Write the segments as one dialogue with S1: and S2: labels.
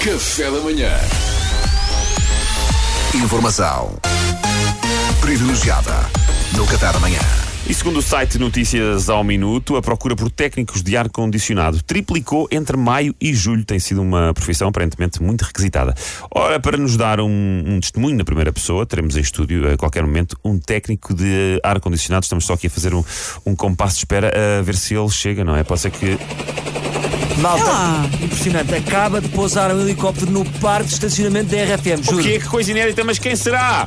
S1: Café da manhã.
S2: Informação privilegiada no Café da Manhã.
S3: E segundo o site Notícias ao Minuto, a procura por técnicos de ar-condicionado triplicou entre maio e julho. Tem sido uma profissão aparentemente muito requisitada. Ora, para nos dar um, um testemunho na primeira pessoa, teremos em estúdio a qualquer momento um técnico de ar-condicionado. Estamos só aqui a fazer um, um compasso de espera a ver se ele chega, não é? Pode ser que.
S4: Malta,
S5: Ah.
S4: impressionante. Acaba de pousar um helicóptero no parque de estacionamento da RFM,
S3: O
S4: juro.
S3: quê? Que coisa inédita, mas quem será?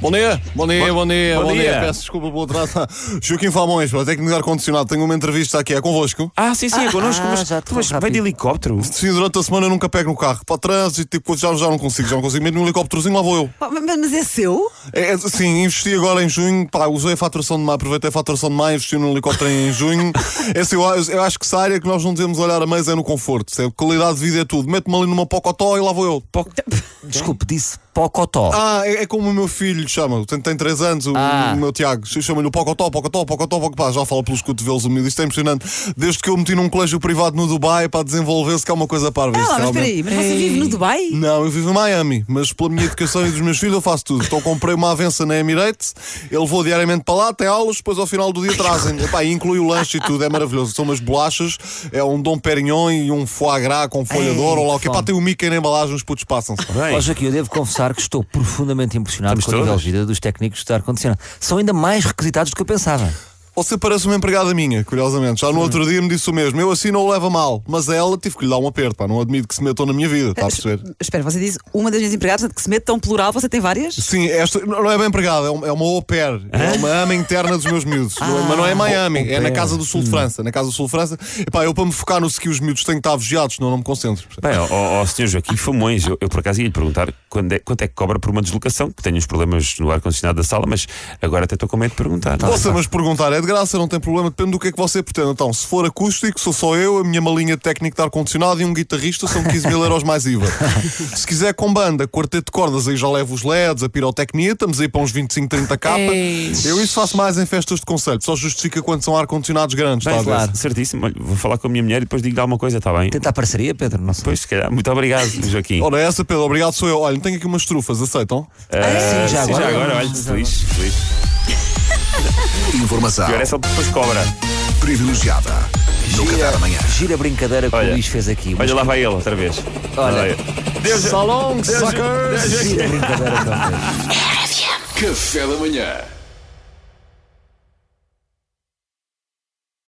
S6: Bom dia, bom dia,
S3: Bom-
S6: bom dia,
S3: bom
S6: bom dia.
S3: dia.
S6: Peço desculpa pelo atraso. Joaquim Falmões, para técnico de ar-condicionado, tenho uma entrevista aqui, é convosco.
S3: Ah, sim, sim, é connosco.
S5: ah,
S3: mas
S5: já te vou
S3: mas vem
S5: rápido.
S3: de helicóptero.
S6: Sim, durante a semana eu nunca pego no carro. Para trânsito, tipo, já, já não consigo, já não consigo. Mesmo um helicópterozinho, lá vou eu.
S5: Oh, mas, mas é seu?
S6: É, é, sim, investi agora em junho, pá, usei a faturação de maio, aproveitei a faturação de maio, investi num helicóptero em junho. É assim, eu, a- eu acho que se a área que nós não devemos olhar a mais é no conforto, percebe? Qualidade de vida é tudo. Mete-me ali numa pocotó e lá vou eu.
S4: Desculpe, disse Pocotó.
S6: Ah, é, é como o meu filho chama, tem, tem 3 anos, o,
S4: Ah.
S6: o meu Tiago. Chama-lhe o Pocotó, Pocotó, Pocotó, Pocotó. Pá, já fala pelos cotovelos humildes, isto é impressionante. Desde que eu meti num colégio privado no Dubai para desenvolver-se, que é uma coisa parva.
S5: Ah,
S6: isto,
S5: lá, mas
S6: realmente.
S5: espera aí, mas você vive no Dubai?
S6: Não, eu vivo em Miami, mas pela minha educação e dos meus filhos eu faço tudo. Então comprei uma avença na Emirates, ele vou diariamente para lá, tem aulas, depois ao final do dia trazem. Epá, e inclui o lanche e tudo, é maravilhoso. São umas bolachas, é um Dom Perignon e um foie gras com folha de ouro, ou lá o que pá, tem o Mickey na embalagem, os putos passam-se.
S3: Bem,
S4: Ó, Joaquim, eu devo confessar que estou profundamente impressionado
S3: Estamos
S4: com o nível
S3: todas?
S4: de vida dos técnicos de ar-condicionado. São ainda mais requisitados do que eu pensava.
S6: Você parece uma empregada minha, curiosamente. Já no outro dia me disse o mesmo. Eu assim não o levo a mal, mas a ela tive que lhe dar um aperto, pá. Não admito que se metam na minha vida, está a perceber?
S5: Espera, você disse uma das minhas empregadas portanto, que se mete tão plural, você tem várias?
S6: Sim, esta não é bem empregada, é um- é uma au pair. É uma ama interna dos meus miúdos. Não é- mas não é em Miami, é na Casa do Sul de França. Na Casa do Sul de França, epá, eu para me focar no que os miúdos têm que estar vigiados, senão eu não me concentro.
S3: Bem, ó, ó, ó, Sr. Joaquim Famões, eu, eu por acaso ia lhe perguntar quando é- quanto é que cobra por uma deslocação, que tenho uns problemas no ar-condicionado da sala, mas agora até estou com medo de perguntar.
S4: Tá
S6: Posso mas perguntar, é de graça, não tem problema, depende do que é que você pretende. Então, se for acústico, sou só eu, a minha malinha de técnico de ar-condicionado e um guitarrista são 15 mil euros mais IVA. Se quiser com banda, quarteto de cordas, aí já levo os LEDs, a pirotecnia, estamos aí para uns 25, 30 capa. Eu isso faço mais em festas de conselho, só justifica quando são ar-condicionados grandes, tá,
S3: Bem,
S6: talvez.
S4: tá claro.
S3: Certíssimo, olha, vou falar com a minha mulher e depois digo-lhe alguma coisa, está bem?
S4: Tentar parceria, Pedro? Não sei.
S3: Pois, se calhar. Muito obrigado, Joaquim.
S4: Oh,
S6: Ora, essa, Pedro, obrigado, sou eu. Olha, tenho aqui umas trufas, aceitam?
S3: Ah,
S4: é, sim, já
S3: sim,
S4: agora.
S3: já agora, olha, feliz, feliz.
S2: Informação
S3: Pior é se ele depois cobra.
S2: privilegiada no Café da Manhã.
S4: Gira a brincadeira que
S3: Olha.
S4: o Luís fez aqui.
S3: Olha, lá vai ele, outra vez.
S4: Olha.
S3: Lá vai ele. Deus,
S6: Salong,
S3: Deus,
S6: suckers!
S3: Deus,
S4: Gira a brincadeira que ele fez.
S1: Café da manhã.